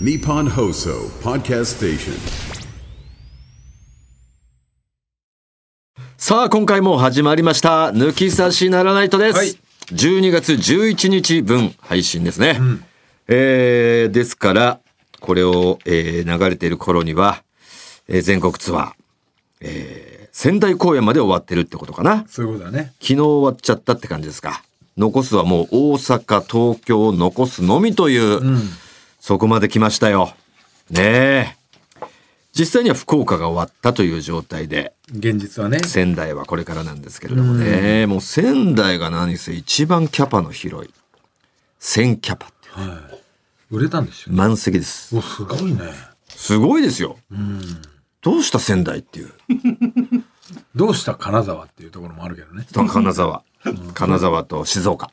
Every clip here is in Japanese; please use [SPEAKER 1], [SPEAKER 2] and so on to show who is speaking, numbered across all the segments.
[SPEAKER 1] Nippon Hoso Podcast Station.
[SPEAKER 2] さあ、今回も始まりました。抜き差しならないとです。
[SPEAKER 3] はい
[SPEAKER 2] 12月11日分配信ですね。えー、ですから、これを、えー流れている頃には、えー全国ツアー、えー仙台公演まで終わってるってことかな。
[SPEAKER 3] そういうことだね。
[SPEAKER 2] 昨日終わっちゃったって感じですか。残すはもう大阪、東京を残すのみという、そこまで来ましたよ。ねえ。実際には福岡が終わったという状態で、
[SPEAKER 3] 現実はね。
[SPEAKER 2] 仙台はこれからなんですけれどもね、もう仙台が何せ一番キャパの広い1000キャパっていう
[SPEAKER 3] 売れたんでしょ。
[SPEAKER 2] 満席です
[SPEAKER 3] お、すごいね。
[SPEAKER 2] すごいですよ、どうした仙台っていう
[SPEAKER 3] どうした金沢っていうところもあるけどね。
[SPEAKER 2] 金沢金沢と静岡、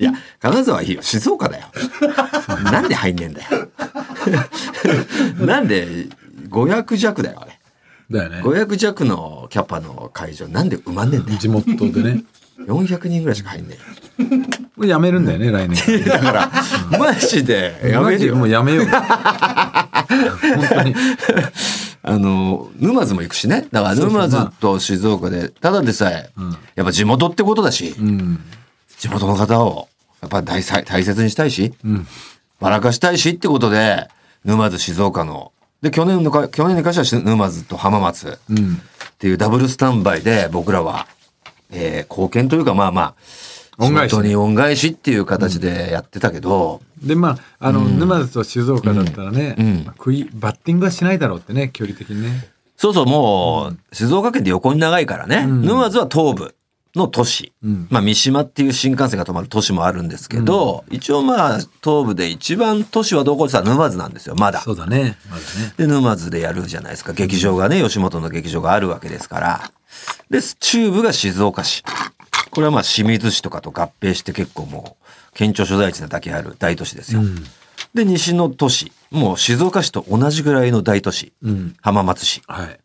[SPEAKER 2] いや金沢はいいよ静岡だよなんで入んねえんだよなんで500弱だよあれ
[SPEAKER 3] だよね。
[SPEAKER 2] 500弱のキャパの会場なんで埋まんねえんだよ
[SPEAKER 3] 地元で ね。
[SPEAKER 2] 400人ぐらいしか入んねえよ
[SPEAKER 3] これやめるんだよね、来年。
[SPEAKER 2] だから、マジで、やめるよ
[SPEAKER 3] もう。やめよう。本当に。
[SPEAKER 2] あの、沼津も行くしね。だから、沼津と静岡で、ただでさえ、やっぱ地元ってことだし、
[SPEAKER 3] うん。
[SPEAKER 2] 地元の方を、やっぱ大さ大切にしたいし、ばらかしたいしってことで、沼津、静岡の、で、去年のか、去年に関してはし沼津と浜松っていうダブルスタンバイで、僕らは、えー、貢献というか、まあまあ、
[SPEAKER 3] 恩返し
[SPEAKER 2] 地元に恩返しっていう形でやってたけど、
[SPEAKER 3] で、まあ、あの、沼津と静岡だったらね、まあ食い、バッティングはしないだろうってね、距離的にね。
[SPEAKER 2] そうそう、もう、静岡県で横に長いからね、沼津は東部の都市、まあ三島っていう新幹線が止まる都市もあるんですけど、一応まあ東部で一番都市はどこって言ったら沼津なんですよ、まだ。
[SPEAKER 3] うだね。まだね。
[SPEAKER 2] で、沼津でやるじゃないですか。劇場がね、吉本の劇場があるわけですから。で、中部が静岡市。これはまあ清水市とかと合併して結構もう、県庁所在地なだけある大都市ですよ。で、西の都市。もう静岡市と同じぐらいの大都市。
[SPEAKER 3] ん
[SPEAKER 2] 浜松市。
[SPEAKER 3] はい。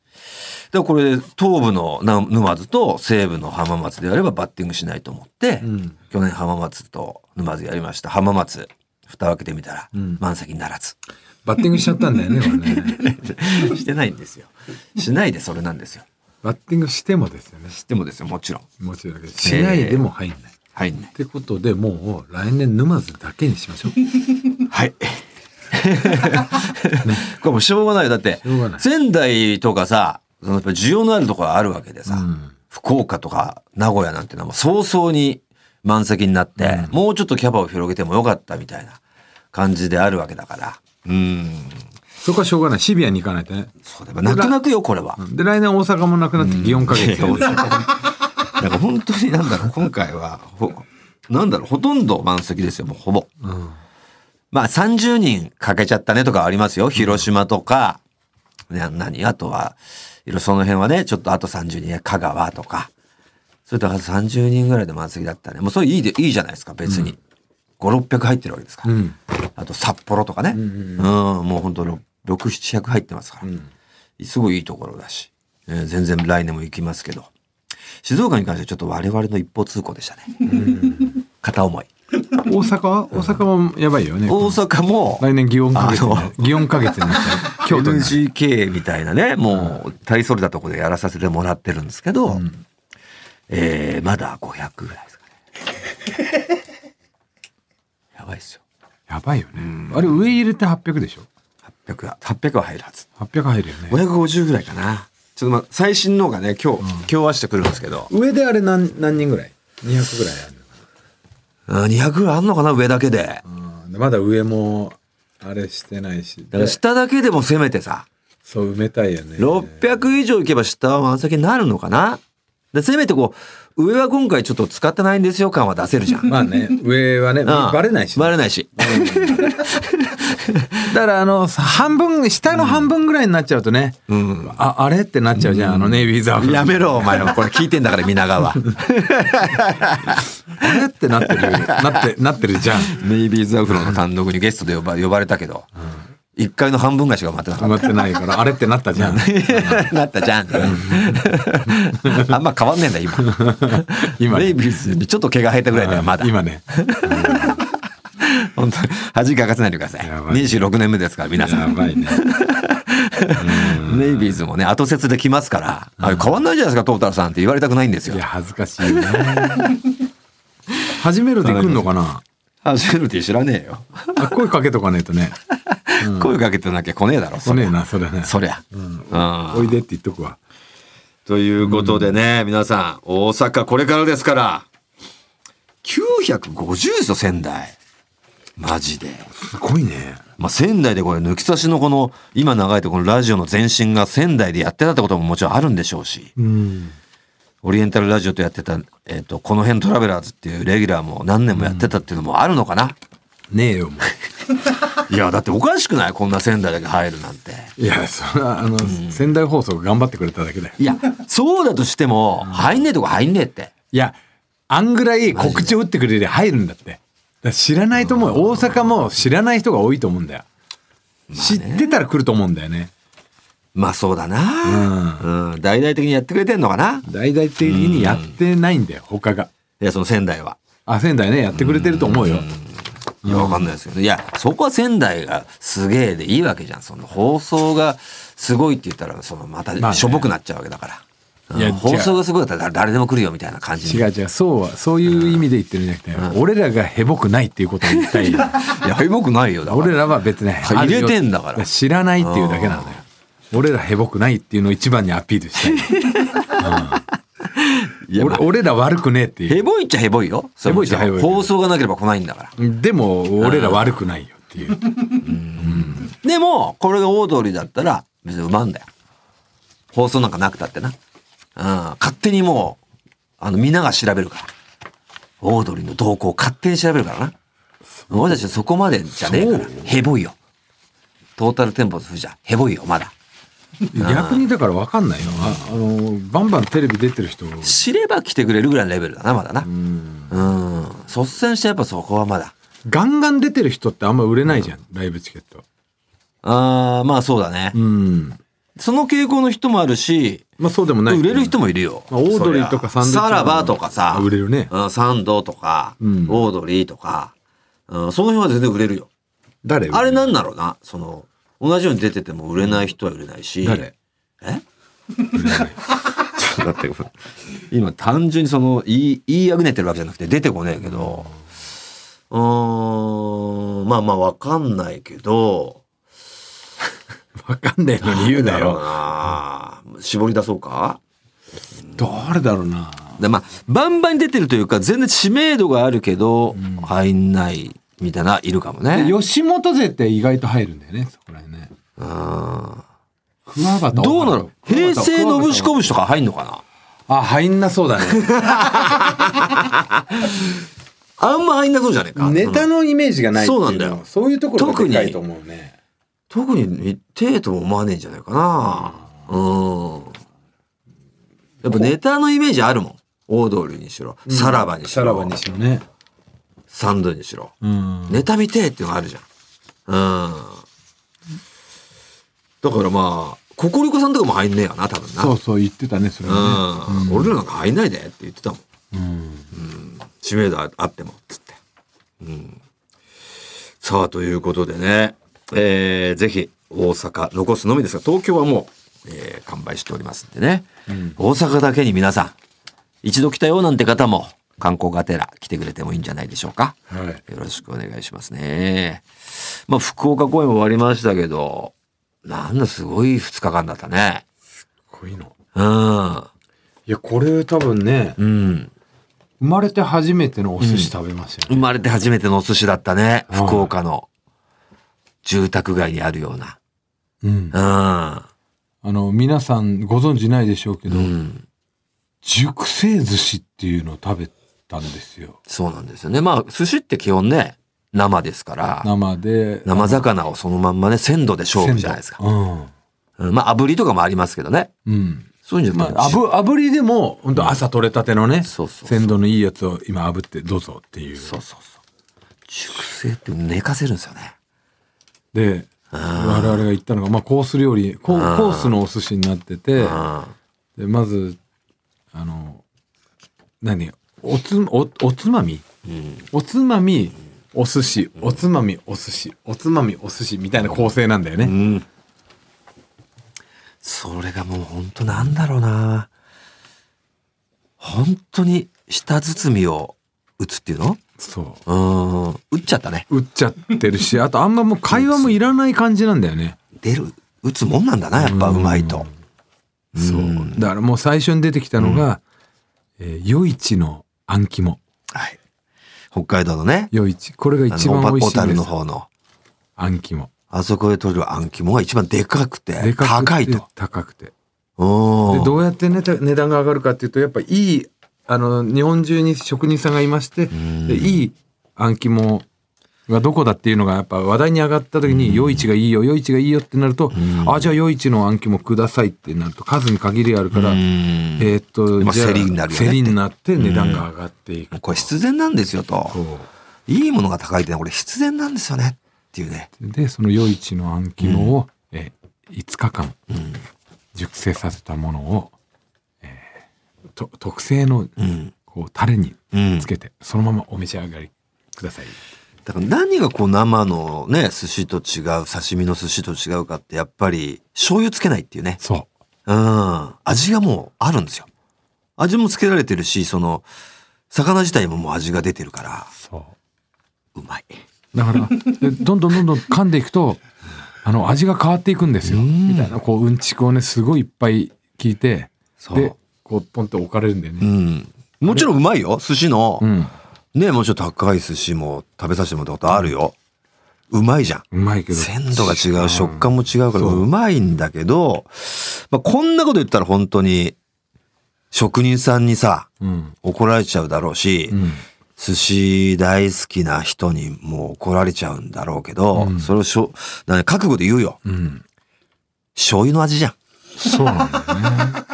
[SPEAKER 2] でこれ東部のな沼津と西部の浜松でやればバッティングしないと思って、
[SPEAKER 3] ん
[SPEAKER 2] 去年浜松と沼津やりました浜松蓋を開けてみたら、
[SPEAKER 3] ん
[SPEAKER 2] 満席にならず
[SPEAKER 3] バッティングしちゃったんだよね、これね。
[SPEAKER 2] してないんですよしないでそれなんですよ
[SPEAKER 3] バッティングしてもですよね。
[SPEAKER 2] でもですよもちろん
[SPEAKER 3] もちろんだけど、しないでも入んない。
[SPEAKER 2] 入んない
[SPEAKER 3] ってことでもう来年沼津だけにしましょう。
[SPEAKER 2] はいこれもうしょうがないよだって
[SPEAKER 3] しょうがない
[SPEAKER 2] 仙台とかさそのやっぱ需要のあるところあるわけでさ、
[SPEAKER 3] うん
[SPEAKER 2] 福岡とか名古屋なんてのはもう早々に満席になって、もうちょっとキャパを広げてもよかったみたいな感じであるわけだから。うん。
[SPEAKER 3] そこはしょうがない。シビアに行かないとね。
[SPEAKER 2] そうだよ。泣く泣くよ、これは。
[SPEAKER 3] で、来年大阪もなくなって、祇園か月
[SPEAKER 2] いやなんか本当になんだろう、今回は、ほ、なんだろう、ほとんど満席ですよ、もうほぼ。
[SPEAKER 3] うん
[SPEAKER 2] まあ30人かけちゃったねとかはありますよ。広島とか、な何あとは、いろいろその辺はね、ちょっとあと30人、香川とか。それとあと30人ぐらいで満席だったね。もうそれいいで、いいじゃないですか、別に。5、600入ってるわけですから。
[SPEAKER 3] うん。
[SPEAKER 2] あと札幌とかね。うんもう本当6、700入ってますから。すごいいいところだし、えー全然来年も行きますけど。静岡に関してはちょっと我々の一方通行でしたね。片思い。
[SPEAKER 3] 大阪は大阪もやばいよね。
[SPEAKER 2] 大阪も、
[SPEAKER 3] 来年祇園か月にな
[SPEAKER 2] あ
[SPEAKER 3] る。祇園か月になっちゃう。京 都になる。
[SPEAKER 2] NGK みたいなね、もう、大それたとこでやらさせてもらってるんですけど、えーまだ500ぐらいですかね。やばいっすよ。
[SPEAKER 3] やばいよね。あれ上入れて800でしょ
[SPEAKER 2] 800は、800は入るはず。
[SPEAKER 3] ?800 入るよね。
[SPEAKER 2] 550ぐらいかな。ちょっとまあ、最新のがね、今日、今日明日来るんですけど、
[SPEAKER 3] 上であれ何何人ぐらい ?200 ぐらいあるのか
[SPEAKER 2] あー200ぐらいあんのかな、上だけで。
[SPEAKER 3] なでまだ上も、あれしてないし。
[SPEAKER 2] だから下だけでもせめてさ、
[SPEAKER 3] そう埋めたいよね。
[SPEAKER 2] 600以上いけば下は満席になるのかな。で、せめてこう、上は今回ちょっと使ってないんですよ感は出せるじゃん。
[SPEAKER 3] まあ ね、上はね、
[SPEAKER 2] うん
[SPEAKER 3] バレないしね。
[SPEAKER 2] バレないし。
[SPEAKER 3] だからあのさ半分下の半分ぐらいになっちゃうとね、ああれってなっちゃうじゃん、あのネイビーザーフ
[SPEAKER 2] やめろ、お前ら。これ聞いてんだから、皆川。
[SPEAKER 3] あれってなってるなってなってるじゃん
[SPEAKER 2] ネイビーズアフロの単独にゲストで呼ば呼ばれたけど、一回の半分ぐらいしか待ってなかっ
[SPEAKER 3] なってないからあれってなったじゃん
[SPEAKER 2] た。なったじゃん。あんま変わんねえんだ、今。
[SPEAKER 3] 今
[SPEAKER 2] ネイ
[SPEAKER 3] ね
[SPEAKER 2] ビーズにちょっと毛が生えたぐらいだよ、まだ。
[SPEAKER 3] 今ね
[SPEAKER 2] 本当に恥かかせないでください。
[SPEAKER 4] やばい
[SPEAKER 2] 26年目ですから、皆さ
[SPEAKER 4] や
[SPEAKER 2] ん。
[SPEAKER 4] ばい ね。
[SPEAKER 2] ネイビーズもね、後説で来ますから、あれ変わんないじゃないですか、トータルさんって言われたくないんですよ
[SPEAKER 4] いや、。恥ずかしいね。
[SPEAKER 3] 初めるで来んのかな
[SPEAKER 2] あ、シェルティ知らねえよ。
[SPEAKER 3] あ声かけとかないとね。
[SPEAKER 2] 声かけてなきゃ来ねえだろ、
[SPEAKER 3] 来
[SPEAKER 2] り
[SPEAKER 3] ね
[SPEAKER 2] ゃ
[SPEAKER 3] えな、それね。
[SPEAKER 2] そりゃ。うん
[SPEAKER 4] おいでって言っとくわ。ということでね、皆さん、大阪これからですから、
[SPEAKER 2] 950ですよ、仙台。マジで。
[SPEAKER 3] すごいね。
[SPEAKER 2] まあ、仙台でこれ抜き差しのこの今流れてこのラジオの前身が仙台でやってたってことももちろんあるんでしょうし、
[SPEAKER 3] うん。
[SPEAKER 2] オリエンタルラジオとやってた、えっとこの辺トラベラーズっていうレギュラーも何年もやってたっていうのもあるのかな、
[SPEAKER 3] ねえよ、も
[SPEAKER 2] いやだっておかしくないこんな仙台だけ入るなんて。
[SPEAKER 3] う。いや、それは、あの、仙台放送が頑張ってくれただけだよ。
[SPEAKER 2] いやそうだとしても入んねえとこ入んねえって。
[SPEAKER 3] いや、あんぐらい告知を打ってくれりゃ入るんだって。だから知らないと思うよ。大阪も知らない人が多いと思うんだよ。知ってたら来ると思うんだよね。
[SPEAKER 2] まあそうだな、うん大々的にやってくれてんのかな
[SPEAKER 3] 大々的にやってないんだよ、他が。
[SPEAKER 2] いやその仙台は。
[SPEAKER 3] あ、仙台ね、やってくれてると思うよ。
[SPEAKER 2] いや、わかんないですけど、いや、そこは仙台がすげえでいいわけじゃん。その放送がすごいって言ったら、そのま
[SPEAKER 3] まあ
[SPEAKER 2] た
[SPEAKER 3] ね
[SPEAKER 2] しょぼくなっちゃうわけだから。うん
[SPEAKER 3] いや違う
[SPEAKER 2] 放送がすごいだったら誰でも来るよみたいな感じ
[SPEAKER 3] 違
[SPEAKER 2] に。
[SPEAKER 3] う違う、そうは、そういう意味で言ってるんじゃなくて、俺らがヘボくないっていうことを言いたい。
[SPEAKER 2] いや、僕ないよ。だから
[SPEAKER 3] 俺らは別に ね
[SPEAKER 2] 入れてんだから
[SPEAKER 3] あるよ知らないっていうだけなのよ俺らヘボくないっていうのを一番にアピールしたい
[SPEAKER 2] いや
[SPEAKER 3] 俺
[SPEAKER 2] まあ
[SPEAKER 3] 俺ら悪くねえってい
[SPEAKER 2] ヘ
[SPEAKER 3] う
[SPEAKER 2] ボいっちゃヘボいよ。それ
[SPEAKER 3] ヘボいっちゃヘボい
[SPEAKER 2] 放送がなければ来ないんだから。
[SPEAKER 3] でも俺ら悪くないよっていう
[SPEAKER 2] でも、これが大通りだったら、別にうまんだよ。放送なんかなくたってな。うん。勝手にもう、あの、皆が調べるから。大通りの動向を勝手に調べるからな。俺たちはそこまでじゃねえから。ヘボいよ。トータルテンポス富士はヘボいよ、まだ。
[SPEAKER 3] 逆にだから分かんないよああのバンバンテレビ出てる人
[SPEAKER 2] 知れば来てくれるぐらいのレベルだな、まだな。うん。率先してやっぱそこはまだ。
[SPEAKER 3] ガンガン出てる人ってあんま売れないじゃん、ライブチケット
[SPEAKER 2] あー、まあそうだね。
[SPEAKER 3] うん
[SPEAKER 2] その傾向の人もあるし、
[SPEAKER 3] まあそうでもない
[SPEAKER 2] 売れる人もいるよ。
[SPEAKER 3] まあオードリーとか
[SPEAKER 2] そ
[SPEAKER 3] サ
[SPEAKER 2] りゃ
[SPEAKER 3] ンドイッチマン
[SPEAKER 2] さらばとかさ、
[SPEAKER 3] あ売れるね
[SPEAKER 2] うんサンドとか、
[SPEAKER 3] うん
[SPEAKER 2] オードリーとか、うん、その辺は全然売れるよ。
[SPEAKER 3] 誰
[SPEAKER 2] あれなんだろうな、その、同じように出てても売れない人は売れないし。
[SPEAKER 3] 誰
[SPEAKER 2] え ちょっと待って、ごめん今単純にその、言い、言いあぐねてるわけじゃなくて出てこねえけど、うーん、まあまあわかんないけど、
[SPEAKER 3] 分かんないのに言うな
[SPEAKER 2] ろう
[SPEAKER 3] よ
[SPEAKER 2] な絞り出そうか
[SPEAKER 3] 誰だろうな
[SPEAKER 2] でまあバンバンに出てるというか全然知名度があるけど、入んないみたいないるかもね。
[SPEAKER 3] 吉本勢って意外と入るんだよねそこらへんね
[SPEAKER 2] うん
[SPEAKER 3] 桑畑
[SPEAKER 2] どうなの平成のぶしこぶしとか入んのかな
[SPEAKER 3] あ入んなそ うだね
[SPEAKER 2] あんま入んなそうじゃねえか。
[SPEAKER 3] ネタ
[SPEAKER 2] うん
[SPEAKER 3] のイメージがないってい
[SPEAKER 2] そうなんだよ
[SPEAKER 3] のはそういうところがでかいと思うね
[SPEAKER 2] 特にテーとも思わねえんじゃないかな。うん。やっぱネタのイメージあるもん。大通りにしろ、さらばにし
[SPEAKER 3] さらば
[SPEAKER 2] ろ
[SPEAKER 3] に、しろね
[SPEAKER 2] サンドにしろ。
[SPEAKER 3] うん
[SPEAKER 2] ネタ見てえっていうのがあるじゃん。うん。だからまあ、ココリコさんとかも入んねえよな、多分な。
[SPEAKER 3] そうそう言ってたねそれは
[SPEAKER 2] うん。俺らなんか入んないでって言ってたもん。
[SPEAKER 3] ねうん
[SPEAKER 2] 知名度ああっても、つって。うん。さあ、ということでね、えーぜひ、大阪、残すのみですが、東京はもう、えー完売しておりますんでね。大阪だけに皆さん、一度来たよなんて方も、観光がてら来てくれてもいいんじゃないでしょうか。
[SPEAKER 3] はい
[SPEAKER 2] よろしくお願いしますね。まあ、福岡公演も終わりましたけど、なんだすごい2日間だったね。
[SPEAKER 3] こういうの
[SPEAKER 2] うん。
[SPEAKER 3] いやこれ多分ね
[SPEAKER 2] うん。
[SPEAKER 3] 生まれて初めてのお寿司食べますよ
[SPEAKER 2] 生
[SPEAKER 3] ね
[SPEAKER 2] まれて初めてのお寿司だったね。
[SPEAKER 3] うん
[SPEAKER 2] 福岡の住宅街にあるような。
[SPEAKER 3] うん
[SPEAKER 2] う
[SPEAKER 3] あの皆さんご存知ないでしょうけど
[SPEAKER 2] ん。うん。
[SPEAKER 3] 熟成寿司っていうのを食べたんですよ
[SPEAKER 2] そうなんですよね。まあ、寿司って基本ね、生ですから、
[SPEAKER 3] 生で
[SPEAKER 2] 生魚をそのまんまね、鮮度で勝負じゃないですか。
[SPEAKER 3] うん
[SPEAKER 2] うんまあ、炙りとかもありますけどね。
[SPEAKER 3] うん
[SPEAKER 2] そういうんじゃ
[SPEAKER 3] ま
[SPEAKER 2] なくて
[SPEAKER 3] あ、炙炙りでも本当朝取れたてのね、
[SPEAKER 2] そうそうそう
[SPEAKER 3] 鮮度のいいやつを今炙ってどうぞっていう
[SPEAKER 2] そうそうそう。熟成って寝かせるんですよね。
[SPEAKER 3] で我々が言ったのが、まあ、コース料理コーコースのお寿司になってて
[SPEAKER 2] うん。
[SPEAKER 3] でまずあの何おつおおつまみ、おつまみお寿司おつまみお寿司おつまみお寿司みたいな構成なんだよね、
[SPEAKER 2] うん。それがもう本当なんだろうな。本当に舌包みを打つっていうの
[SPEAKER 3] そう
[SPEAKER 2] ーん。打っちゃったね。
[SPEAKER 3] う打っちゃってるしあとあんまもう会話もいらない感じなんだよね
[SPEAKER 2] 出る、打つもんなんだな、やっぱうまいと。
[SPEAKER 3] そうだからもう最初に出てきたのが「えー夜市のあん肝
[SPEAKER 2] はい。北海道のね」、
[SPEAKER 3] 夜市これが
[SPEAKER 2] あ
[SPEAKER 3] 一
[SPEAKER 2] の
[SPEAKER 3] 番美味
[SPEAKER 2] 小
[SPEAKER 3] しいん
[SPEAKER 2] 樽
[SPEAKER 3] で
[SPEAKER 2] の
[SPEAKER 3] す
[SPEAKER 2] 方の、
[SPEAKER 3] あん肝
[SPEAKER 2] あそこで取れるあん肝が一番でかくて、
[SPEAKER 3] でかくて
[SPEAKER 2] 高いと。
[SPEAKER 3] 高くて
[SPEAKER 2] う
[SPEAKER 3] で
[SPEAKER 2] ん。
[SPEAKER 3] どうやって、ね、た値段が上がるかっていうとやっぱいいあの日本中に職人さんがいましてでいいあん肝がどこだっていうのがやっぱ話題に上がった時に「夜市がいいよ夜市がいいよ」ってなると「あじゃあ夜市のあん肝ください」ってなると数に限りあるから
[SPEAKER 2] ん
[SPEAKER 3] えーっと
[SPEAKER 2] まあ
[SPEAKER 3] じゃあ
[SPEAKER 2] 競りになるよね
[SPEAKER 3] 競りになって値段が上がっていく
[SPEAKER 2] これ必然なんですよと。
[SPEAKER 3] と
[SPEAKER 2] いいものが高いってのはこれ必然なんですよね。っていうね。
[SPEAKER 3] でその夜市のあん肝を、え5日間熟成させたものを、えーと特製の
[SPEAKER 2] ん
[SPEAKER 3] こうタレに
[SPEAKER 2] うん
[SPEAKER 3] つけて、そのままお召し上がりください。
[SPEAKER 2] だから何がこう生のね、寿司と違う、刺身の寿司と違うかって、やっぱり醤油つけないっていうね。
[SPEAKER 3] そ
[SPEAKER 2] うん。味がもうあるんですよ。味もつけられてるし、その、魚自体ももう味が出てるから
[SPEAKER 3] う、そう
[SPEAKER 2] まい。
[SPEAKER 3] うだからでどんどんどんどん噛んでいくとあの味が変わっていくんですよみたいなこううんちくをねすごいいっぱい聞いて
[SPEAKER 2] そう
[SPEAKER 3] でこうポンと置かれるんだよ
[SPEAKER 2] う
[SPEAKER 3] ね。
[SPEAKER 2] ん。もちろんうまいよ。寿司の、
[SPEAKER 3] うん
[SPEAKER 2] ね、もちろん高い寿司も食べさせてもらったことあるよ。うまいじゃん。
[SPEAKER 3] うまいけど
[SPEAKER 2] 鮮度が違う、食感も違うから、うまいんだけど、まあ、こんなこと言ったら本当に、職人さんにさ、
[SPEAKER 3] うん
[SPEAKER 2] 怒られちゃうだろうし、
[SPEAKER 3] うん
[SPEAKER 2] 寿司大好きな人にもう怒られちゃうんだろうけど、それをしょ、だから覚悟で言うよ。
[SPEAKER 3] うん
[SPEAKER 2] 醤油の味じゃん。
[SPEAKER 3] そうなんだよね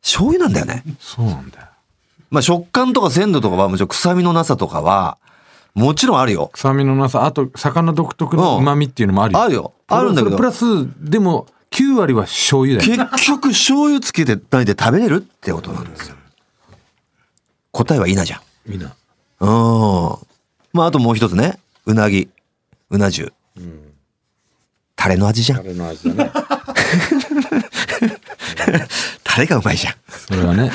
[SPEAKER 2] 醤油なんだよ ね。
[SPEAKER 3] そうなんだよ
[SPEAKER 2] まあ、食感とか鮮度とかは、もちろん臭みのなさとかは、もちろんあるよ。
[SPEAKER 3] 臭みのなさあと魚独特の
[SPEAKER 2] うん
[SPEAKER 3] 旨味っていうのもある
[SPEAKER 2] あるよあるんだけど
[SPEAKER 3] それプラスでも9割は醤油だよ
[SPEAKER 2] 結局醤油つけてないで食べれるってことなんですよ。答えはいいなじゃん。
[SPEAKER 3] みんな
[SPEAKER 2] うん。まあ、あともう一つね。うなぎ。うな重。タレの味じゃん。
[SPEAKER 3] れの味だね
[SPEAKER 2] タレがうまいじゃん。
[SPEAKER 3] それは ね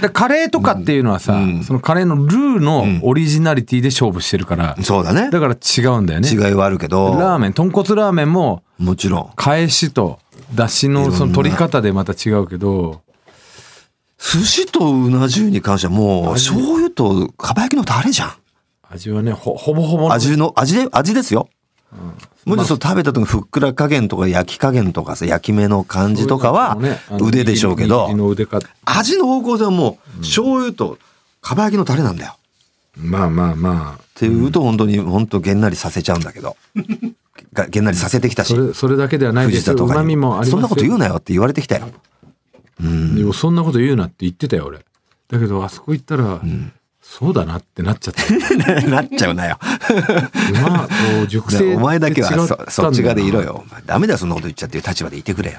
[SPEAKER 3] でカレーとかっていうのはさ、そのカレーのルーのオリジナリティで勝負してるから、
[SPEAKER 2] そうだね。
[SPEAKER 3] だから違うんだよね
[SPEAKER 2] 違いはあるけど。
[SPEAKER 3] ラーメン豚骨ラーメンも
[SPEAKER 2] もちろん。
[SPEAKER 3] 返しと出汁のその取り方でまた違うけど
[SPEAKER 2] 寿司とうな重に関してはもう、醤油とかば焼きのタレじゃん。
[SPEAKER 3] 味はねほほぼほぼの
[SPEAKER 2] 味の、味で、味ですよ。もちろんそう食べた時のふっくら加減とか焼き加減とかさ、焼き目の感じとかは
[SPEAKER 3] ねあの
[SPEAKER 2] 腕でしょうけど
[SPEAKER 3] 握り、の腕か
[SPEAKER 2] 味の方向性はもう醤油とかば焼きのタレなんだよ。
[SPEAKER 3] まあまあまあ
[SPEAKER 2] っていうと本当に本当げんなりさせちゃうんだけどがげんなりさせてきたし
[SPEAKER 3] それそれだけではないで
[SPEAKER 2] 藤
[SPEAKER 3] す
[SPEAKER 2] 田
[SPEAKER 3] う
[SPEAKER 2] とか
[SPEAKER 3] まみ
[SPEAKER 2] に
[SPEAKER 3] もあります
[SPEAKER 2] そんなこと言う
[SPEAKER 3] な
[SPEAKER 2] なよって言われてき たよ
[SPEAKER 3] でもそんなこと言うなって言ってたよ俺だけどあそこ行ったら、そうだなってなっち ゃった
[SPEAKER 2] なっちゃうなよ
[SPEAKER 3] うまこう熟
[SPEAKER 2] だか
[SPEAKER 3] 成
[SPEAKER 2] らお前だけは
[SPEAKER 3] 違たん
[SPEAKER 2] そ
[SPEAKER 3] だな
[SPEAKER 2] そっち側でいろよお前ダメだよそんなこと言っちゃっていう立場でいてくれよ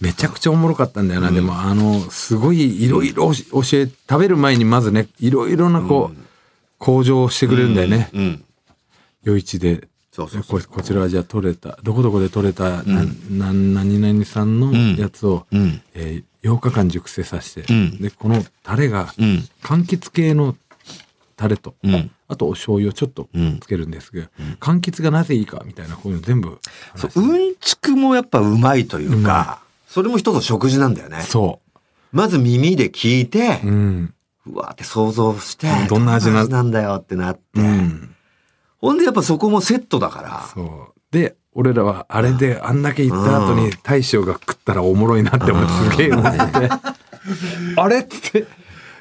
[SPEAKER 3] めちゃくちゃおもろかったんだよな、でもあのすごいいろいろ教え食べる前にまずねいろいろなこう、向上をしてくれるんだよね、
[SPEAKER 2] うん
[SPEAKER 3] 夜市で
[SPEAKER 2] そうそうそ
[SPEAKER 3] ここちらはじゃあ取れたどこどこで取れた、なな何々さんのやつを、
[SPEAKER 2] うん
[SPEAKER 3] えー8日間熟成させて、
[SPEAKER 2] ん
[SPEAKER 3] でこのタレが、
[SPEAKER 2] ん
[SPEAKER 3] 柑橘系のタレと、
[SPEAKER 2] ん
[SPEAKER 3] あとお醤油をちょっとつけるんですけど、柑橘がなぜいいかみたいなこういうの全部
[SPEAKER 2] そううんちくもやっぱうまいというかそれも一つの食事なんだよね
[SPEAKER 3] そ
[SPEAKER 2] まず耳で聞いて
[SPEAKER 3] ううん、
[SPEAKER 2] うわーって想像して
[SPEAKER 3] うんどんな味な
[SPEAKER 2] なんだよってなって
[SPEAKER 3] うん、
[SPEAKER 2] ほんでやっぱそこもセットだから
[SPEAKER 3] そうで俺らはあれであんだけ行った後に大将が食ったらおもろいなって思ってすげえ思ってて「あれ?」っつって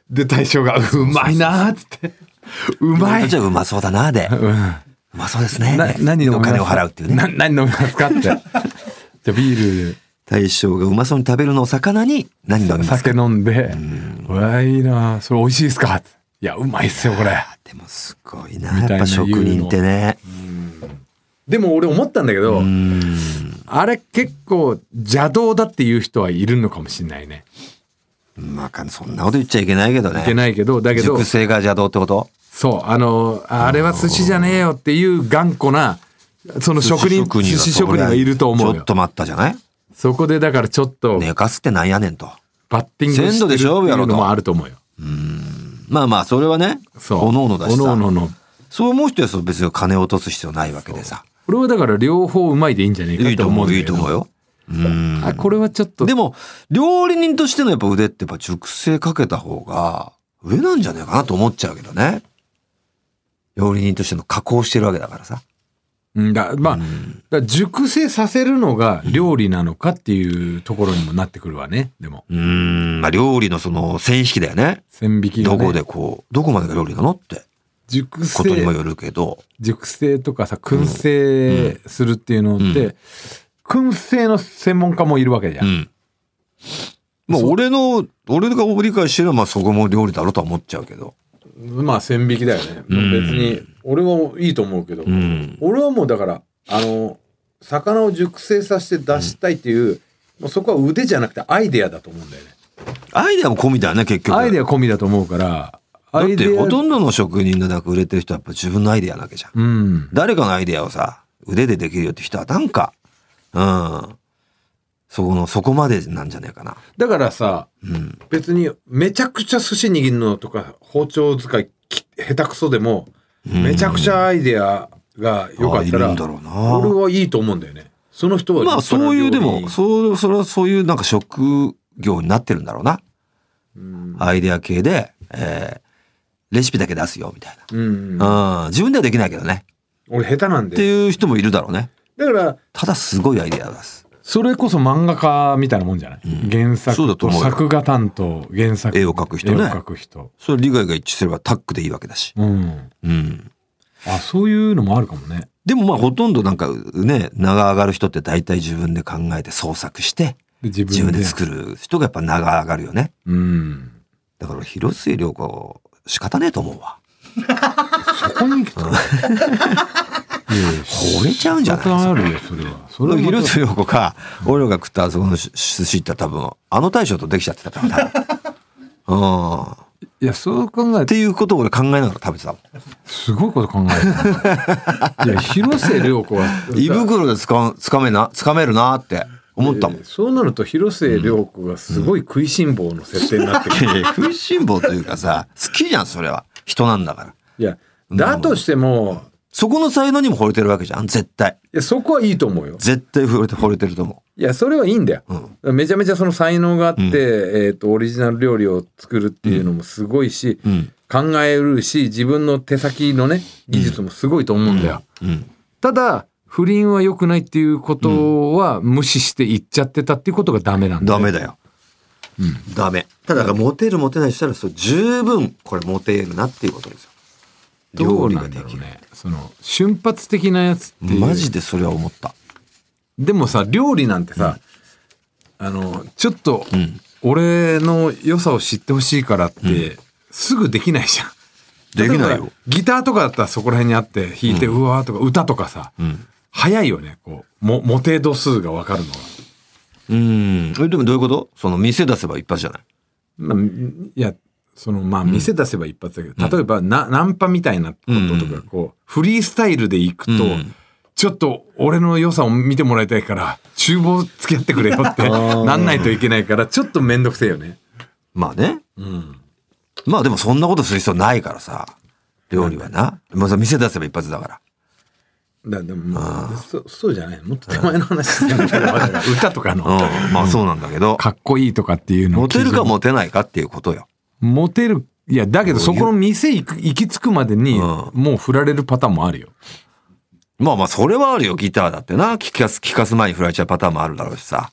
[SPEAKER 3] で大将が「うまいな」っつって「うまい」
[SPEAKER 2] じゃあうまそうだなで
[SPEAKER 3] うん
[SPEAKER 2] うまそうですね
[SPEAKER 3] な何飲み
[SPEAKER 2] お
[SPEAKER 3] ます
[SPEAKER 2] 金を払うっていうね
[SPEAKER 3] な何飲みます かってじゃあビール
[SPEAKER 2] 大将がうまそうに食べるのを魚に何飲みます
[SPEAKER 3] 酒
[SPEAKER 2] か
[SPEAKER 3] 飲んで「うわいいなそれ美味しいですか?」っていやうまいっすよこれ
[SPEAKER 2] でもすごい
[SPEAKER 3] み
[SPEAKER 2] な
[SPEAKER 3] たいな
[SPEAKER 2] やっぱ職人ってね
[SPEAKER 3] でも俺思ったんだけどあれ結構邪道だっていう人はいるのかもしれないね
[SPEAKER 2] まあそんなこと言っちゃいけないけどね
[SPEAKER 3] いけないけどだけど
[SPEAKER 2] 熟成が邪道ってこと
[SPEAKER 3] そう、あの、ああれは寿司じゃねえよっていう頑固な、その職人、寿司職人がいると思う
[SPEAKER 2] ちょ
[SPEAKER 3] よ
[SPEAKER 2] っ。と待ったじゃない
[SPEAKER 3] そこでだからちょっと、
[SPEAKER 2] 寝かすってなんやねんと。
[SPEAKER 3] バッティング
[SPEAKER 2] 鮮
[SPEAKER 3] して
[SPEAKER 2] 度
[SPEAKER 3] る
[SPEAKER 2] で
[SPEAKER 3] ってい
[SPEAKER 2] 勝負やろ
[SPEAKER 3] う
[SPEAKER 2] と
[SPEAKER 3] のもあると思うよ。
[SPEAKER 2] まあまあ、それはね、
[SPEAKER 3] そう。
[SPEAKER 2] おのおのだしさ。
[SPEAKER 3] おのおのの
[SPEAKER 2] そう思う人はそう別に金を落とす必要ないわけでさ。
[SPEAKER 3] これはだから両方うまいでいいんじゃねえか
[SPEAKER 2] いいと
[SPEAKER 3] と思
[SPEAKER 2] 思
[SPEAKER 3] う
[SPEAKER 2] う、
[SPEAKER 3] んだ
[SPEAKER 2] い
[SPEAKER 3] け
[SPEAKER 2] い
[SPEAKER 3] ど
[SPEAKER 2] と思うよ。
[SPEAKER 3] あ、これはちょっと、
[SPEAKER 2] でも、料理人としてのやっぱ腕ってやっぱ熟成かけた方が上なんじゃないかなと思っちゃうけどね。料理人としての加工してるわけだからさ。
[SPEAKER 3] うんだまあ、だから熟成させるのが料理なのかっていうところにもなってくるわね。でも、
[SPEAKER 2] うーん、まあ料理のその線引きだよね。
[SPEAKER 3] 線引きの、
[SPEAKER 2] ど
[SPEAKER 3] ね。
[SPEAKER 2] こでこう、どこまでが料理なのって
[SPEAKER 3] 熟
[SPEAKER 2] ことにも
[SPEAKER 3] 成、
[SPEAKER 2] よるけど。
[SPEAKER 3] 熟成とかさ、燻製するっていうのって、燻製の専門家もいるわけじゃ。
[SPEAKER 2] うんん。まあ俺の、俺が理解してるのはまあそこも料理だろうとは思っちゃうけど。
[SPEAKER 3] まあ線引きだよね。
[SPEAKER 2] うん
[SPEAKER 3] 別に、俺はいいと思うけど、
[SPEAKER 2] うん。
[SPEAKER 3] 俺はもうだから、あの、魚を熟成させて出したいっていう、もうそこは腕じゃなくてアイデアだと思うんだよね。
[SPEAKER 2] アイデアも込みだよね、結局。
[SPEAKER 3] アイデア込みだと思うから、
[SPEAKER 2] だ
[SPEAKER 3] ア
[SPEAKER 2] っ
[SPEAKER 3] イデ
[SPEAKER 2] て
[SPEAKER 3] ア
[SPEAKER 2] ほとんどの職人のなく売れてる人はやっぱ自分のアイデアなわけじゃん。
[SPEAKER 3] うん。
[SPEAKER 2] 誰かのアイデアをさ、腕でできるよって人はなんか、うん。そこの、そこまでなんじゃねえかな。
[SPEAKER 3] だからさ、
[SPEAKER 2] うん。
[SPEAKER 3] 別にめちゃくちゃ寿司握るのとか包丁使いき下手くそでもめちゃくちゃアイデアが良かった
[SPEAKER 2] あいる
[SPEAKER 3] ら
[SPEAKER 2] んだろうな
[SPEAKER 3] 俺はいいと思うんだよねその人は
[SPEAKER 2] まあそういうでも、
[SPEAKER 3] そ
[SPEAKER 2] そう、それはそういうなんか職業になってるんだろうな。
[SPEAKER 3] うん、
[SPEAKER 2] アイデア系で、えーレシピだけ出すよ、みたい
[SPEAKER 3] うんうん、
[SPEAKER 2] な。うん。自分ではできないけどね。
[SPEAKER 3] 俺下手なん
[SPEAKER 2] って
[SPEAKER 3] で
[SPEAKER 2] いう人もいるだろうね。
[SPEAKER 3] だから
[SPEAKER 2] ただすごいアイデアを出す。
[SPEAKER 3] それこそ漫画家みたいなもんじゃない、原
[SPEAKER 2] そうだ
[SPEAKER 3] 作
[SPEAKER 2] と
[SPEAKER 3] と
[SPEAKER 2] 思うよ
[SPEAKER 3] 作画担当原作
[SPEAKER 2] 絵を描く人ね
[SPEAKER 3] 絵を描く人
[SPEAKER 2] それ利害が一致すればタッグでいいわけだし。
[SPEAKER 3] うん
[SPEAKER 2] うん。
[SPEAKER 3] あそういうのもあるかもね
[SPEAKER 2] でもまあほとんどなんかね、名が上がる人って大体自分で考えて創作して、
[SPEAKER 3] で自
[SPEAKER 2] 自
[SPEAKER 3] 分
[SPEAKER 2] 分
[SPEAKER 3] で
[SPEAKER 2] で作る人がやっぱ名が上がるよね。
[SPEAKER 3] うん
[SPEAKER 2] だから広末涼子仕方ねえと思うわ。
[SPEAKER 3] そこに来たいやいや
[SPEAKER 2] 惚れちゃうんじゃない
[SPEAKER 3] 仕方あるよそれはそれはまた
[SPEAKER 2] 広末涼子か、俺らが食ったあそこの寿司行ったら多分、あの大将とできちゃってたから 多分。うん。
[SPEAKER 3] いや、そう考え、
[SPEAKER 2] ってていうことを俺考えながら食べてたもん。
[SPEAKER 3] すごいこと考えたな。いや、広瀬涼子は。
[SPEAKER 2] 胃袋でつかつかめな、つかめるなって思ったもん。
[SPEAKER 3] そうなると広末涼子がすごい食いしん坊の設定になってくる。
[SPEAKER 2] 食いしん坊というかさ、好きじゃん、それは。人なんだから。
[SPEAKER 3] いや、だとしても、
[SPEAKER 2] そこの才能にも惚れてるわけじゃん、絶対。
[SPEAKER 3] いやそこはいいと思うよ。
[SPEAKER 2] 絶対惚れて惚れてると思
[SPEAKER 3] いや、それはいいんだよ。めちゃめちゃその才能があって、
[SPEAKER 2] うん
[SPEAKER 3] えっと、オリジナル料理を作るっていうのもすごいし、
[SPEAKER 2] う。うん。
[SPEAKER 3] 考えるし、自分の手先のね、技術もすごいと思うんだよ。
[SPEAKER 2] うん。
[SPEAKER 3] ただ、不倫は良くないっていうことは無視して言っちゃってたっていうことがダメなんだよ
[SPEAKER 2] ダメだよ。ダメ。ただ、だからモテるモテないしたら、そう十分これモテるなっていうことですよ。
[SPEAKER 3] ど
[SPEAKER 2] 料
[SPEAKER 3] う
[SPEAKER 2] 理
[SPEAKER 3] な
[SPEAKER 2] が
[SPEAKER 3] ん
[SPEAKER 2] で
[SPEAKER 3] だろ
[SPEAKER 2] き
[SPEAKER 3] う
[SPEAKER 2] る。
[SPEAKER 3] ねその瞬発的なやつっていう
[SPEAKER 2] マジでそれは思った。
[SPEAKER 3] でもさ料理なんてさ、あのちょっと
[SPEAKER 2] ん
[SPEAKER 3] 俺の良さを知ってほしいからって、すぐできないじゃん
[SPEAKER 2] できないよ
[SPEAKER 3] 例えばギターとかだったらそこら辺にあって弾いて、うわーとか歌とかさ、早いよねこうもモテ度数が分かるのは、
[SPEAKER 2] うん。えでもどういうことその店出せば一発じゃない。
[SPEAKER 3] まあ、いやそのまあ店出せば一発だけど、例えばなナンパみたいなこととかこう、フリースタイルで行くと、
[SPEAKER 2] うん
[SPEAKER 3] ちょっと俺の良さを見てもらいたいから厨房付き合ってくれよって なんないといけないからちょっと面倒くせえよね。
[SPEAKER 2] まあね。まあでもそんなことする必要ないからさ。料理はな。まあさ店出せば一発だから。
[SPEAKER 3] だでもまあそそうじゃないもっと手前の話して るからまだ歌とかの
[SPEAKER 2] うん。まあそうなんだけど。
[SPEAKER 3] かっこいいとかっていうのを
[SPEAKER 2] モテるかモテないかっていうことよ。
[SPEAKER 3] モテるいやだけどそこの店行く行き着くまでに
[SPEAKER 2] ん
[SPEAKER 3] もう振られるパターンもあるよ。
[SPEAKER 2] まあまあそれはあるよ。ギターだってな。聴かす、聴かす前に振られちゃうパターンもあるだろうしさ。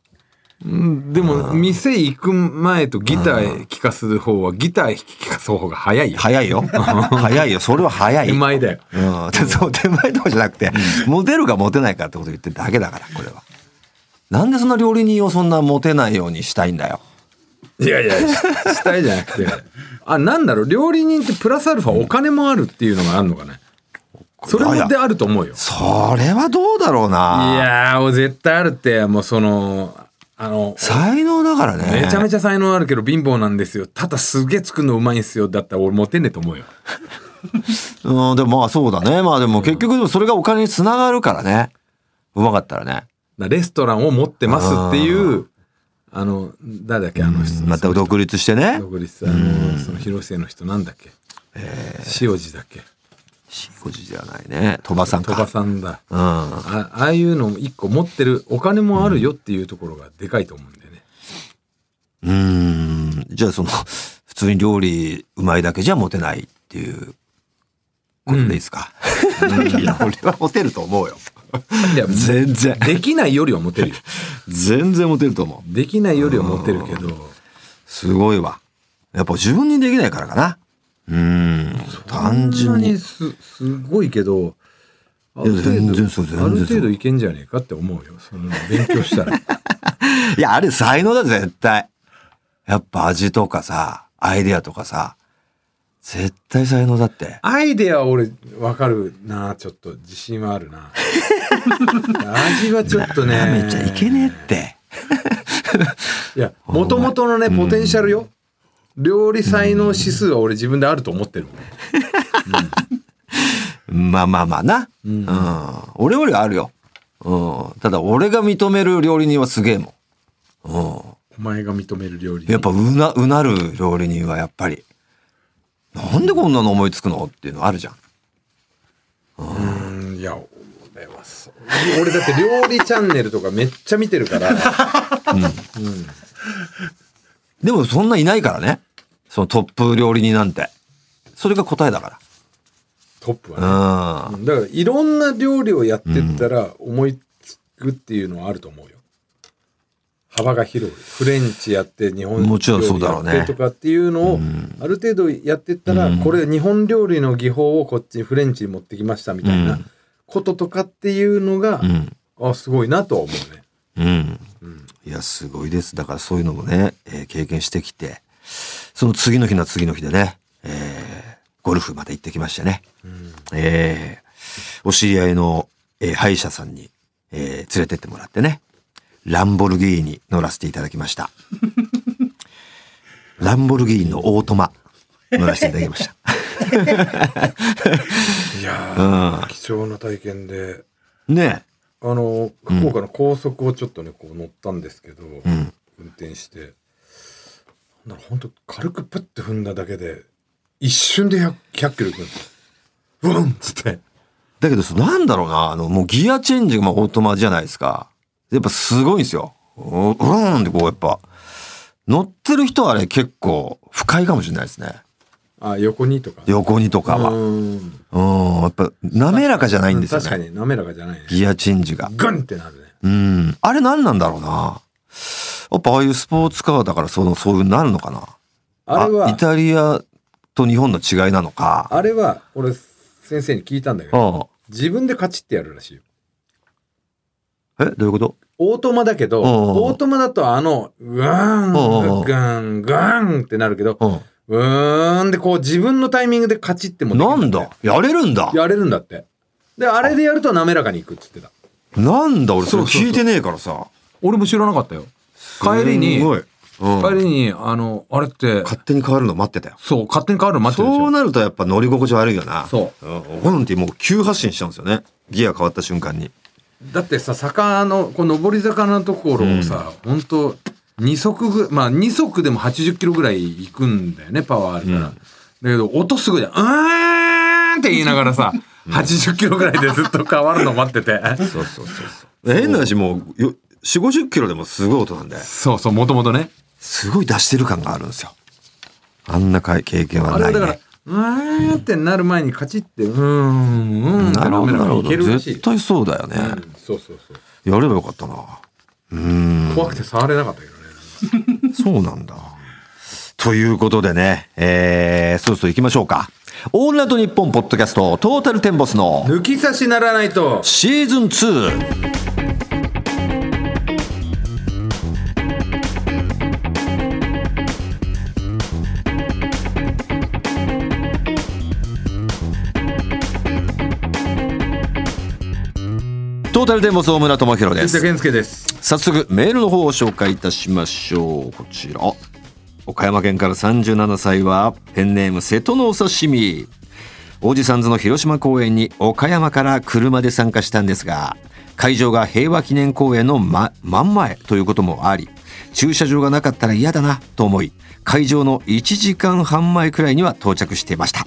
[SPEAKER 3] うんでも店行く前とギター聴かす方はギター聴かす方が早いよ。
[SPEAKER 2] 早い よ。早いよ。それは早い。
[SPEAKER 3] 手前だよ。
[SPEAKER 2] うん。でそう、手前とかじゃなくて、モテるかモテないかってことを言ってるだけだから、これは。なんでそんな料理人をそんなモテないようにしたいんだよ。
[SPEAKER 3] いやいや、ししたいじゃなくて。 あ、なんだろう、料理人ってプラスアルファお金もあるっていうのがあるのかね。それ
[SPEAKER 2] いや
[SPEAKER 3] もであると思うよ。い
[SPEAKER 2] それはどうだろうな。
[SPEAKER 3] やー、もう絶対あるって、もうその、あの、
[SPEAKER 2] 才能だからね。
[SPEAKER 3] めちゃめちゃ才能あるけど貧乏なんですよ。ただすげえ作るのうまいんすよ。だったら俺モテねえと思うよ。
[SPEAKER 2] うん、でもまあそうだね。まあでも結局でもそれがお金につながるからね。うまかったらね。
[SPEAKER 3] なレストランを持ってますっていう、あの、誰だっけ、あの人。
[SPEAKER 2] また独立してね。
[SPEAKER 3] 独立あの、その広末の人なんだっけ。塩路だっけ。
[SPEAKER 2] しごじではないね。鳥羽さん
[SPEAKER 3] 鳥羽
[SPEAKER 2] か。
[SPEAKER 3] さんだ。
[SPEAKER 2] うん。
[SPEAKER 3] あああいうのを一個持ってる、お金もあるよっていうところがでかいと思うんだよね。
[SPEAKER 2] うーん。じゃあその、普通に料理うまいだけじゃモテないっていうことでいいですか。いや、俺はモテると思うよ。
[SPEAKER 3] いや、
[SPEAKER 2] 全然。
[SPEAKER 3] できないよりはモ テるよ。
[SPEAKER 2] 全然モテると思う。
[SPEAKER 3] できないよりはモテるけど、
[SPEAKER 2] すごいわ。やっぱ自分にできないからかな。うーん。単
[SPEAKER 3] そんな
[SPEAKER 2] 純に
[SPEAKER 3] に。す、すごいけど、あ
[SPEAKER 2] や
[SPEAKER 3] る程
[SPEAKER 2] 全
[SPEAKER 3] 度
[SPEAKER 2] 然そう全然そう
[SPEAKER 3] ある程度いけんじゃねえかって思うよ。その勉強したら。
[SPEAKER 2] いや、あれ才能だぜ、絶対。やっぱ味とかさ、アイデアとかさ、絶対才能だって。
[SPEAKER 3] アイデアは俺わかるなちょっと自信はあ るな味はちょっと
[SPEAKER 2] な
[SPEAKER 3] ね
[SPEAKER 2] めちゃいけねえって。
[SPEAKER 3] いやもともとのねポテンシャルよ、料理才能指数は俺自分であると思ってるもん
[SPEAKER 2] まあまあまあな。うん。俺よりはあるよ。うん。ただ、俺が認める料理人はすげえもん。う
[SPEAKER 3] お前が認める料理
[SPEAKER 2] ん。やっぱ、うな、うなる料理人はやっぱり、なんでこんなの思いつくのっていうのあるじゃん。
[SPEAKER 3] うんいや俺はそう俺だって料理チャンネルとかめっちゃ見てるから
[SPEAKER 2] でもそんないないからね。そのトップ料理人なんて。それが答えだか
[SPEAKER 3] トップはね、
[SPEAKER 2] ら。うん。
[SPEAKER 3] うんだからいろんな料理をやってったら思いつくっていうのはあると思うよ幅が広いフレンチやって日本
[SPEAKER 2] もちろん
[SPEAKER 3] 料
[SPEAKER 2] そう
[SPEAKER 3] 理
[SPEAKER 2] だろうね
[SPEAKER 3] やってとかっていうのをある程度やってったら、これ日本料理の技法をこっちにフレンチに持ってきましたみたいうなこととかっていうのが、
[SPEAKER 2] うん。
[SPEAKER 3] あすごいなとは思うね
[SPEAKER 2] うん。いや、すごいです。だからそういうのもね、えー経験してきて、その次の日の次の日でね、えーゴルフまで行ってきましてね、えーお知り合いの、えー歯医者さんに、えー連れてってもらってね、ランボルギーニ乗らせていただきました。ランボルギーニのオートマ乗らせていただきました。
[SPEAKER 3] いやー、貴重な体験で
[SPEAKER 2] ね
[SPEAKER 3] あの福岡の高速をちょっとねこう乗ったんですけど、
[SPEAKER 2] え。うん。
[SPEAKER 3] 運転してなんだろうほんと軽くプッて踏んだだけで一瞬で 100, 100キロいくんですよブンっつって
[SPEAKER 2] だけど、そのなんだろうな、あの、もうギアチェンジがまあオートマじゃないですか。やっぱすごいんですよ。おうーんってこうやっぱ、乗ってる人はあれ結構不快かもしれないですね。
[SPEAKER 3] あ横にとか
[SPEAKER 2] 横にとかは。うん、
[SPEAKER 3] うん
[SPEAKER 2] やっぱ滑らかじゃないんですよ
[SPEAKER 3] 確か
[SPEAKER 2] ね。
[SPEAKER 3] に滑らかじゃないね
[SPEAKER 2] ギアチェンジが。
[SPEAKER 3] ガンってなるね
[SPEAKER 2] うん。あれ何なんだろうな。やっぱああいうスポーツカーだからその、そういうのなるのかな。
[SPEAKER 3] あれ
[SPEAKER 2] イ
[SPEAKER 3] は
[SPEAKER 2] タリアと日本の違いなのか。
[SPEAKER 3] あれは俺先生に聞いたんだけ
[SPEAKER 2] う
[SPEAKER 3] ど
[SPEAKER 2] ん。
[SPEAKER 3] 自分でカチってやるらしいよ
[SPEAKER 2] えどういうこと
[SPEAKER 3] オートマだけど
[SPEAKER 2] うんうんうん
[SPEAKER 3] オートマだとあのうわ
[SPEAKER 2] うんうんう
[SPEAKER 3] ー
[SPEAKER 2] ん
[SPEAKER 3] んガンガンってなるけど
[SPEAKER 2] う
[SPEAKER 3] うーんでこう自分のタイミングでカチっても
[SPEAKER 2] ん。
[SPEAKER 3] でき
[SPEAKER 2] な
[SPEAKER 3] る
[SPEAKER 2] んん
[SPEAKER 3] って
[SPEAKER 2] だやれるんだ
[SPEAKER 3] やれるんだってであれでやると滑らかにいくっつってた
[SPEAKER 2] なんだ俺それ
[SPEAKER 3] そうそうそう
[SPEAKER 2] 聞いてねえからさ。
[SPEAKER 3] 俺も知らなかったよ帰りに
[SPEAKER 2] すごいうん
[SPEAKER 3] 帰りにあのあれって
[SPEAKER 2] 勝手に変わるの待ってたよ。
[SPEAKER 3] そう勝手に変わるの待ってるでし
[SPEAKER 2] そ
[SPEAKER 3] ょ
[SPEAKER 2] うなるとやっぱ乗り心地悪いよな。
[SPEAKER 3] そ
[SPEAKER 2] うん。ゴンってもう急発進しちゃうんですよね。ギア変わった瞬間に。
[SPEAKER 3] だってさ坂のこう上り坂のところをさ、ほんと2足ぐまあ2足でも80キロぐらい行くんだよねパワーあるから、だけど音すごいじゃんうーんって言いながらさ、80キロぐらいでずっと変わるの待ってて
[SPEAKER 2] そうそうそうそう。変な話もうよ、4、50キロでもすごい音なんで、
[SPEAKER 3] そうそうもともとね
[SPEAKER 2] すごい出してる感があるんですよ。あんなかい経験は
[SPEAKER 3] あ
[SPEAKER 2] な
[SPEAKER 3] れ
[SPEAKER 2] い
[SPEAKER 3] だから
[SPEAKER 2] ね。
[SPEAKER 3] うーんってなる前にカチってうーんうーんって
[SPEAKER 2] なるほど、
[SPEAKER 3] 滑
[SPEAKER 2] な
[SPEAKER 3] ら
[SPEAKER 2] る
[SPEAKER 3] かに
[SPEAKER 2] ほ
[SPEAKER 3] いけ
[SPEAKER 2] ど。
[SPEAKER 3] るらしい
[SPEAKER 2] 絶対そうだよね。
[SPEAKER 3] うんそうそうそう
[SPEAKER 2] やればよか ったな。
[SPEAKER 3] 怖くて触れなかったけどね。
[SPEAKER 2] そうなんだ。ということでね、えー、そろそろ行きましょうか。オールナイトニッポンポッドキャスト、トータルテンボスの
[SPEAKER 3] 抜き差しならないと。
[SPEAKER 2] シーズン2。トータルテンボス大村智弘で
[SPEAKER 3] 藤田
[SPEAKER 2] す。
[SPEAKER 3] 健介です。
[SPEAKER 2] 早速メールの方を紹介いたしましょうこちら岡山県から37歳はペンネーム瀬戸のお刺身王子さんズの広島公演に岡山から車で参加したんですが会場が平和記念公園の、ま、真ん前ということもあり駐車場がなかったら嫌だなと思い会場の1時間半前くらいには到着していました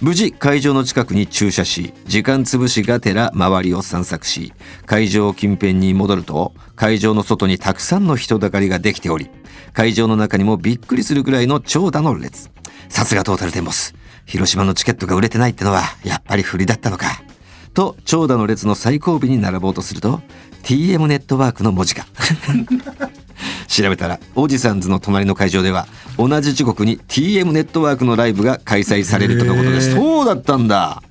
[SPEAKER 2] 無事会場の近くに駐車し時間潰しがてら周りを散策し会場近辺に戻ると会場の外にたくさんの人だかりができており会場の中にもびっくりするくらいの長蛇の列さすがトータルテンボス広島のチケットが売れてないってのはやっぱり不利だったのかと長蛇の列の最後尾に並ぼうとすると TM ネットワークの文字が調べたら王子さんズの隣の会場では同じ時刻に TM ネットワークのライブが開催されるとのことですそうだったんだ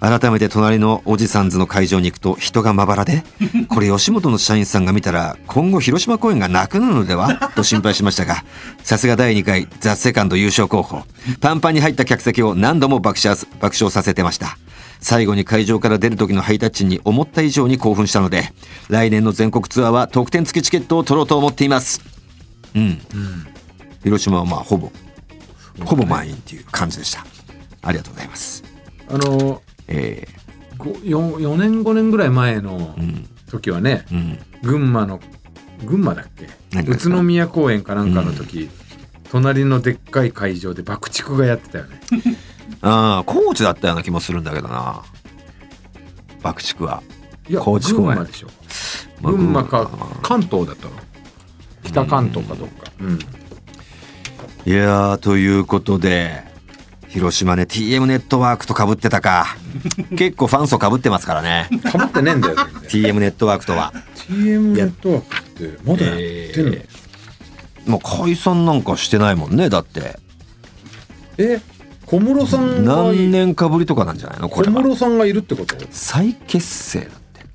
[SPEAKER 2] 改めて隣のおじさんズの会場に行くと人がまばらでこれ吉本の社員さんが見たら今後広島公演がなくなるのではと心配しましたがさすが第2回ザ・セカンド優勝候補パンパンに入った客席を何度も爆笑爆笑させてました最後に会場から出る時のハイタッチに思った以上に興奮したので来年の全国ツアーは特典付きチケットを取ろうと思っていますうん、広島はまあほぼほぼ満員っていう感じでしたありがとうございます
[SPEAKER 3] あの
[SPEAKER 2] え
[SPEAKER 3] 4, 4年5年ぐらい前の
[SPEAKER 2] ー、うん
[SPEAKER 3] 時はね、
[SPEAKER 2] うん
[SPEAKER 3] 群馬の群馬だっけ
[SPEAKER 2] 何か
[SPEAKER 3] 宇
[SPEAKER 2] ですか
[SPEAKER 3] 都宮公園かなんかの時、隣のでっかい会場で爆竹がやってたよね
[SPEAKER 2] ああ、高知だったような気もするんだけどな。爆竹は。
[SPEAKER 3] いや群
[SPEAKER 2] 高知公園
[SPEAKER 3] 馬でしょ
[SPEAKER 2] まあ
[SPEAKER 3] 群馬か
[SPEAKER 2] 群馬
[SPEAKER 3] 関東だったの北関東かどうかうん
[SPEAKER 2] いやー、ということで、広島ね、TM ネットワークと被ってた か。結構ファン層被ってますからね。
[SPEAKER 3] かぶってねえんだよ全然
[SPEAKER 2] TM ネットワークとは。
[SPEAKER 3] TM ネットワークってまだやってんの
[SPEAKER 2] えもう解散なんかしてないもんね、だって。
[SPEAKER 3] え小室さんが
[SPEAKER 2] 何年かぶりとかなんじゃないのこれ
[SPEAKER 3] 小
[SPEAKER 2] は。
[SPEAKER 3] 室さんがいるってこと
[SPEAKER 2] 再結成だって。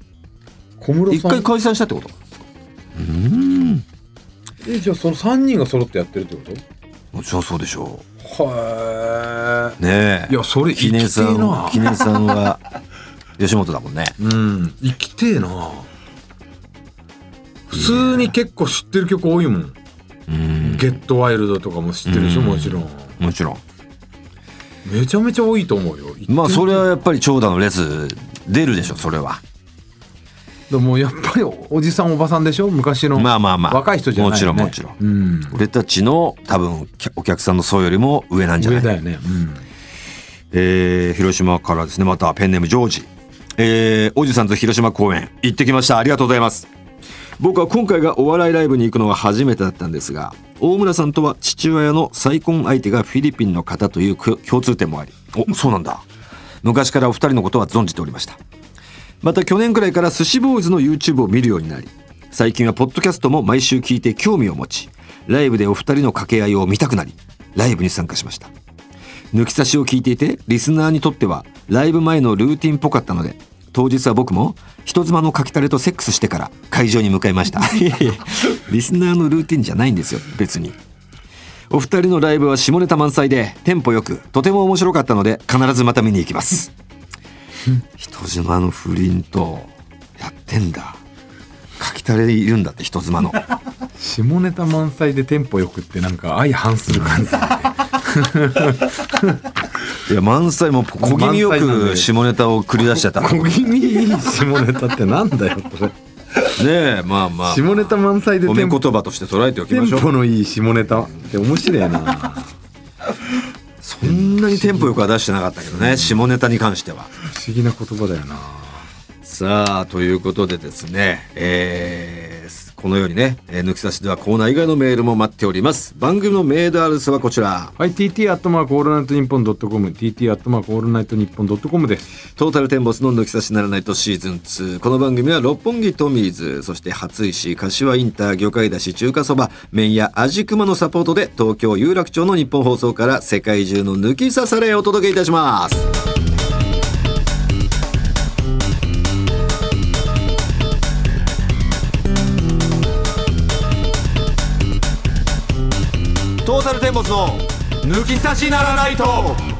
[SPEAKER 3] 小室
[SPEAKER 2] 一
[SPEAKER 3] さん
[SPEAKER 2] 回解散したってこと
[SPEAKER 3] えじゃあその3人が揃ってやってるってこ
[SPEAKER 2] もちろんそうでしょ
[SPEAKER 3] とは
[SPEAKER 2] う。ねえ。
[SPEAKER 3] いやそれ
[SPEAKER 2] 記念さ
[SPEAKER 3] 行きてえ
[SPEAKER 2] ん
[SPEAKER 3] な、
[SPEAKER 2] 記念さんは、吉本だもんね。
[SPEAKER 3] えうん生きてえな普通に結構知ってる曲多いもん
[SPEAKER 2] うん。
[SPEAKER 3] 「ゲットワイルドとかも知ってるでしょ
[SPEAKER 2] うん
[SPEAKER 3] もちろん
[SPEAKER 2] もちろん。
[SPEAKER 3] めちゃめちゃ多いと思うよ
[SPEAKER 2] まあそ
[SPEAKER 3] れ
[SPEAKER 2] れはやっぱり長蛇の列出るでしょそれは
[SPEAKER 3] でもやっぱりおじさんおばさんでしょ昔の
[SPEAKER 2] まあまあまあ
[SPEAKER 3] 若い人じゃないよね
[SPEAKER 2] もちろんもち
[SPEAKER 3] うん
[SPEAKER 2] 俺たちの多分お客さんの層よりも上なんじゃな
[SPEAKER 3] 上
[SPEAKER 2] い
[SPEAKER 3] だよね
[SPEAKER 2] えー広島からですねまたペンネームジョージ、えー、おじさんと広島公演行ってきましたありがとうございます僕は今回がお笑いライブに行くのが初めてだったんですが大村さんとは父親の再婚相手がフィリピンの方というく共通点もありおそうなんだ昔からお二人のことは存じておりましたまた去年くらいから寿司ボーイズの YouTube を見るようになり最近はポッドキャストも毎週聞いて興味を持ちライブでお二人の掛け合いを見たくなりライブに参加しました抜き差しを聞いていてリスナーにとってはライブ前のルーティンっぽかったので当日は僕も人妻の書き垂れとセックスしてから会場に向かいましたいやいや リスナーのルーティンじゃないんですよ別にお二人のライブは下ネタ満載でテンポよくとても面白かったので必ずまた見に行きます人妻の不倫とやってんだ書き垂れいるんだって人 妻の
[SPEAKER 3] うん下ネタ満載でテンポよくってなんか相反する感じ
[SPEAKER 2] いや満載も小気味よ
[SPEAKER 3] 満載なん
[SPEAKER 2] く
[SPEAKER 3] で
[SPEAKER 2] 下ネタを繰り出してたね
[SPEAKER 3] 小気味いい下ネタってなんだよこれ
[SPEAKER 2] えまあまあ
[SPEAKER 3] 下ネタ満載で
[SPEAKER 2] 褒
[SPEAKER 3] テ
[SPEAKER 2] め
[SPEAKER 3] ン
[SPEAKER 2] 言
[SPEAKER 3] ポ
[SPEAKER 2] 葉として捉えておき
[SPEAKER 3] テ
[SPEAKER 2] ま
[SPEAKER 3] ン
[SPEAKER 2] しょう
[SPEAKER 3] ポのいい下ネタって面白いな
[SPEAKER 2] そんなにテンポよくは出してなかったけどね下ネタに関しては
[SPEAKER 3] 不思議な言葉だよな
[SPEAKER 2] さあということでですねえーこのようにね、えー抜き差しではコーナー以外のメールも待っております番組のメールアドレスはこちら
[SPEAKER 3] はい TT アットマークオールナイトニッポンドットコム TT アットマークオールナイトニッポンドットコムです
[SPEAKER 2] トータルテンボスの抜き差しならないとシーズン2。この番組は六本木トミーズ、そして初石、柏インター、魚介だし、中華そば、麺屋、味熊のサポートで東京有楽町の日本放送から世界中の抜き差されをお届けいたします。トータルテンボスの抜き差しならないと